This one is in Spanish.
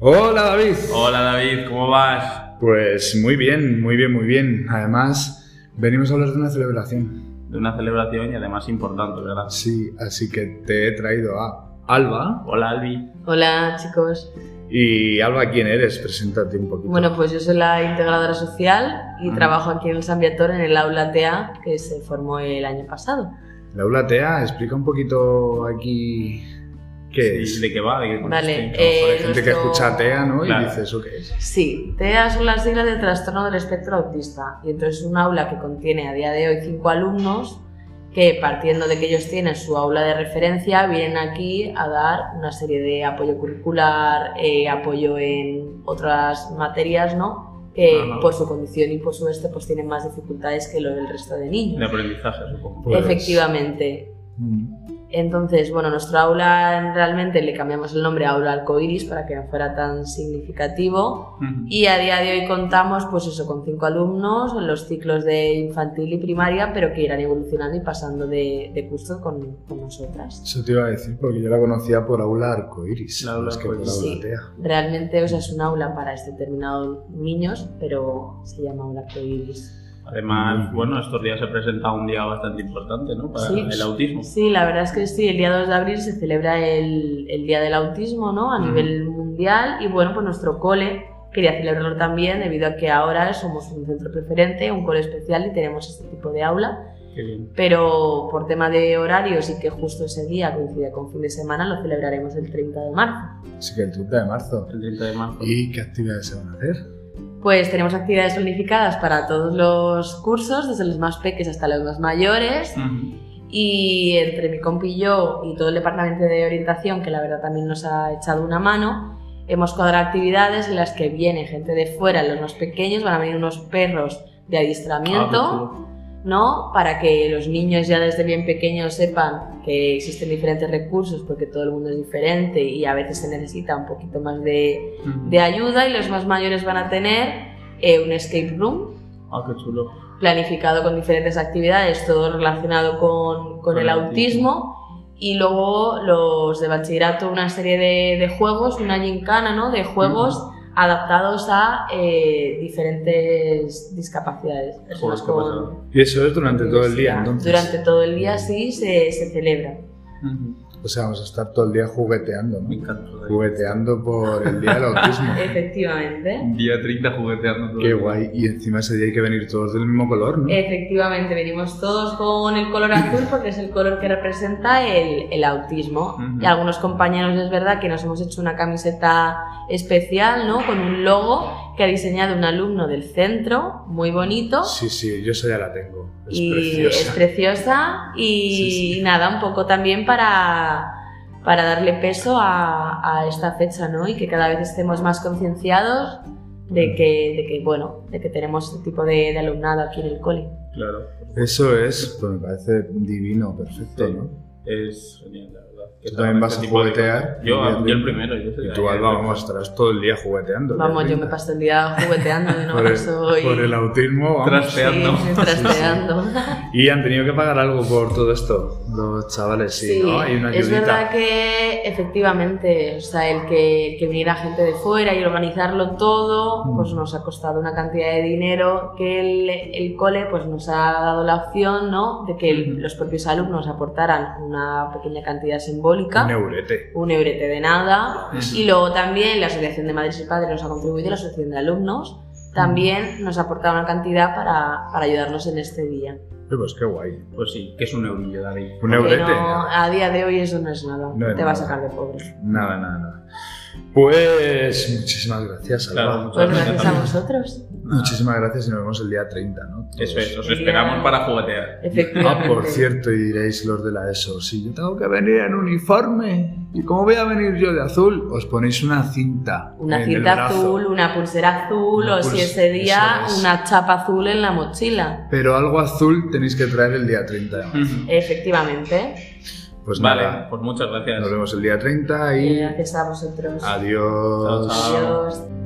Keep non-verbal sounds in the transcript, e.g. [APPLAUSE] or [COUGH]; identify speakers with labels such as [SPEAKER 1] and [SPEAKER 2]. [SPEAKER 1] Hola David.
[SPEAKER 2] Hola David, ¿cómo vas?
[SPEAKER 1] Pues muy bien, muy bien, muy bien. Además, venimos a hablar de una celebración.
[SPEAKER 2] De una celebración y además importante, ¿verdad?
[SPEAKER 1] Sí, así que te he traído a Alba.
[SPEAKER 2] Hola Albi.
[SPEAKER 3] Hola chicos.
[SPEAKER 1] Y Alba, ¿quién eres? Preséntate un poquito.
[SPEAKER 3] Bueno, pues yo soy la integradora social y
[SPEAKER 2] Ah.
[SPEAKER 3] trabajo aquí en el San Viator en el aula TEA que se formó el año pasado.
[SPEAKER 1] La Eulatea, explica un poquito aquí qué
[SPEAKER 2] Sí,
[SPEAKER 1] es.
[SPEAKER 2] ¿De qué va? ¿De qué
[SPEAKER 3] Vale,
[SPEAKER 2] consiste?
[SPEAKER 3] eh,
[SPEAKER 1] Hay gente que
[SPEAKER 3] nuestro-
[SPEAKER 1] escucha TEA, ¿no? Y
[SPEAKER 2] Claro.
[SPEAKER 1] dice, ¿eso qué es?
[SPEAKER 3] Sí, TEA son las siglas de trastorno del espectro autista y entonces es un aula que contiene a día de hoy cinco alumnos que partiendo de que ellos tienen su aula de referencia vienen aquí a dar una serie de apoyo curricular, eh, apoyo en otras materias, ¿no? Que
[SPEAKER 2] Ajá.
[SPEAKER 3] por su condición y por su este pues tienen más dificultades que lo del resto de niños.
[SPEAKER 2] De aprendizaje, supongo.
[SPEAKER 1] Pues-
[SPEAKER 3] Efectivamente,
[SPEAKER 1] Mm,
[SPEAKER 3] entonces, bueno, nuestro aula realmente le cambiamos el nombre a aula arcoiris para que no fuera tan significativo. Y a día de hoy contamos, pues eso, con cinco alumnos en los ciclos de infantil y primaria, pero que irán evolucionando y pasando de, de curso con, con nosotras.
[SPEAKER 1] Pues, Eso te iba a decir, porque yo la conocía por Aula Arcoiris,
[SPEAKER 2] La Aula
[SPEAKER 1] más que por
[SPEAKER 2] Arcoiris.
[SPEAKER 1] Aula
[SPEAKER 3] Sí.
[SPEAKER 1] TEA.
[SPEAKER 3] Realmente, o sea, es un aula para este determinado niños, pero se llama aula arcoiris.
[SPEAKER 1] Mm.
[SPEAKER 2] Además, bueno, estos días se presenta un día bastante importante, ¿no? Para
[SPEAKER 3] Sí.
[SPEAKER 2] el autismo.
[SPEAKER 3] Sí, la verdad es que sí, el día 2 de abril se celebra el, el Día del Autismo, ¿no? A
[SPEAKER 2] Mm.
[SPEAKER 3] nivel mundial y bueno, pues nuestro cole quería celebrarlo también debido a que ahora somos un centro preferente, un cole especial y tenemos este tipo de aula,
[SPEAKER 2] Qué bien.
[SPEAKER 3] pero por tema de horarios y que justo ese día coincide con fin de semana, lo celebraremos el 30 de marzo.
[SPEAKER 1] Así que el 30 de marzo.
[SPEAKER 2] El 30 de marzo.
[SPEAKER 1] ¿Y qué actividades se van a hacer?
[SPEAKER 3] Pues tenemos actividades unificadas para todos los cursos, desde los más pequeños hasta los más mayores,
[SPEAKER 2] Ujú.
[SPEAKER 3] Y entre mi compi y yo y todo el departamento de orientación, que la verdad también nos ha echado una mano, hemos cuadrado actividades en las que viene gente de fuera, los más pequeños, van a venir unos perros de adiestramiento,
[SPEAKER 2] Ah,
[SPEAKER 3] ¿no? Para que los niños ya desde bien pequeños sepan que existen diferentes recursos porque todo el mundo es diferente y a veces se necesita un poquito más
[SPEAKER 2] Ah, qué
[SPEAKER 3] de,
[SPEAKER 2] chulo. Ujú.
[SPEAKER 3] de ayuda y los más mayores van a tener eh, un escape room
[SPEAKER 2] Ah, qué chulo.
[SPEAKER 3] planificado con diferentes actividades, todo relacionado con, con
[SPEAKER 2] Con
[SPEAKER 3] el
[SPEAKER 2] el
[SPEAKER 3] autismo. Y luego los de bachillerato, una serie de, de juegos, una gincana ¿no? de juegos
[SPEAKER 1] Mm.
[SPEAKER 3] adaptados a eh, diferentes discapacidades. personas
[SPEAKER 2] qué
[SPEAKER 3] con
[SPEAKER 2] pasada.
[SPEAKER 1] Y eso es durante todo el día,
[SPEAKER 3] diversidad.
[SPEAKER 1] entonces.
[SPEAKER 3] Pues Durante todo el día sí se, se celebra.
[SPEAKER 2] Ujú.
[SPEAKER 1] O sea, vamos a estar todo el día jugueteando,
[SPEAKER 2] Mm. Me
[SPEAKER 1] ¿no?
[SPEAKER 2] encanta. David.
[SPEAKER 1] Jugueteando por el día del
[SPEAKER 2] [LAUGHS]
[SPEAKER 1] autismo.
[SPEAKER 3] Efectivamente.
[SPEAKER 2] Día 30 jugueteando. todo
[SPEAKER 1] Qué
[SPEAKER 2] el día.
[SPEAKER 1] guay. Y encima ese día hay que venir todos del mismo color, ¿no?
[SPEAKER 3] ¿Eh? Efectivamente, venimos todos con el color azul porque es el color que representa el, el autismo.
[SPEAKER 2] Ujú.
[SPEAKER 3] Y algunos compañeros es verdad que nos hemos hecho una camiseta especial, ¿no? Con un logo que ha diseñado un alumno del centro, muy bonito.
[SPEAKER 1] Sí, sí, yo esa ya la tengo. Es
[SPEAKER 3] y es
[SPEAKER 1] preciosa.
[SPEAKER 3] preciosa. Y
[SPEAKER 1] Sí, sí.
[SPEAKER 3] nada, un poco también para, para darle peso a, a esta fecha, ¿no? Y que cada vez estemos más concienciados de que, de que, bueno, de que tenemos este tipo de, de alumnado aquí en el cole.
[SPEAKER 2] Claro.
[SPEAKER 3] este-
[SPEAKER 1] Eso es, pues me parece divino, perfecto,
[SPEAKER 2] Sí.
[SPEAKER 1] ¿no?
[SPEAKER 2] Es genial, la verdad. Que
[SPEAKER 1] Tú también
[SPEAKER 2] salgan
[SPEAKER 1] vas
[SPEAKER 2] este
[SPEAKER 1] a
[SPEAKER 2] tipo de
[SPEAKER 1] juguetear.
[SPEAKER 2] cosas. Yo, yo el primero. Yo soy
[SPEAKER 1] Y
[SPEAKER 2] de
[SPEAKER 1] tú,
[SPEAKER 2] ahí, ¿eh?
[SPEAKER 1] Alba,
[SPEAKER 2] de-
[SPEAKER 1] vamos, estarás todo el día jugueteando.
[SPEAKER 3] Vamos, yo
[SPEAKER 1] Linda.
[SPEAKER 3] me paso el día jugueteando,
[SPEAKER 1] [LAUGHS]
[SPEAKER 3] no
[SPEAKER 1] Por el,
[SPEAKER 3] soy...
[SPEAKER 1] por el autismo, vamos.
[SPEAKER 3] Sí,
[SPEAKER 2] Trasteando.
[SPEAKER 3] [LAUGHS] sí, trasteando.
[SPEAKER 1] Y han tenido que pagar algo por todo esto, los chavales, sí,
[SPEAKER 3] Sí,
[SPEAKER 1] ¿no? Hay una
[SPEAKER 3] es verdad
[SPEAKER 1] ayudita.
[SPEAKER 3] que efectivamente, o sea, el que, el que viniera gente de fuera y organizarlo todo,
[SPEAKER 1] Mm.
[SPEAKER 3] pues nos ha costado una cantidad de dinero que el, el cole pues nos ha dado la opción, ¿no? De que el-
[SPEAKER 1] Mm.
[SPEAKER 2] Ujú.
[SPEAKER 3] los propios alumnos aportaran una pequeña cantidad simbólica.
[SPEAKER 1] Un eurete.
[SPEAKER 3] un eurete de nada.
[SPEAKER 2] Ujú.
[SPEAKER 3] Y luego también la Asociación de Madres y Padres nos ha contribuido, la Asociación de Alumnos también nos ha aportado una cantidad para, para ayudarnos en este día.
[SPEAKER 1] Eh, Pues qué guay.
[SPEAKER 2] Pues sí, que es un eurillo, David.
[SPEAKER 1] Un
[SPEAKER 3] Que
[SPEAKER 1] eurete.
[SPEAKER 3] no- a día de hoy eso no es nada,
[SPEAKER 1] No es
[SPEAKER 3] te va a
[SPEAKER 1] nada.
[SPEAKER 3] sacar de
[SPEAKER 1] [LAUGHS]
[SPEAKER 3] pobre.
[SPEAKER 1] Nada, nada, nada. Pues muchísimas gracias, Alba.
[SPEAKER 2] Claro, muchas
[SPEAKER 3] Pues
[SPEAKER 2] gracias
[SPEAKER 3] gracias
[SPEAKER 2] también.
[SPEAKER 3] a vosotros.
[SPEAKER 1] Muchísimas gracias y nos vemos el día 30, ¿no? Todos.
[SPEAKER 2] Eso es, os
[SPEAKER 3] Genial.
[SPEAKER 2] esperamos para juguetear.
[SPEAKER 3] Efectivamente.
[SPEAKER 1] Ah, por cierto, y diréis los de la ESO, si yo tengo que venir en uniforme, ¿y cómo voy a venir yo de azul? Os ponéis una cinta. en el
[SPEAKER 3] Una cinta
[SPEAKER 1] brazo.
[SPEAKER 3] azul, una pulsera azul
[SPEAKER 1] Una
[SPEAKER 3] o si
[SPEAKER 1] pulse-
[SPEAKER 3] ese día
[SPEAKER 1] eso es.
[SPEAKER 3] una chapa azul en la mochila.
[SPEAKER 1] Pero algo azul tenéis que traer el día 30. de marzo.
[SPEAKER 3] Efectivamente.
[SPEAKER 1] Pues
[SPEAKER 2] Vale,
[SPEAKER 1] nada,
[SPEAKER 2] pues muchas gracias.
[SPEAKER 1] nos vemos el día 30
[SPEAKER 3] Y
[SPEAKER 1] y
[SPEAKER 3] gracias a Eh, vosotros.
[SPEAKER 1] adiós.
[SPEAKER 2] Chao, chao.
[SPEAKER 3] Adiós.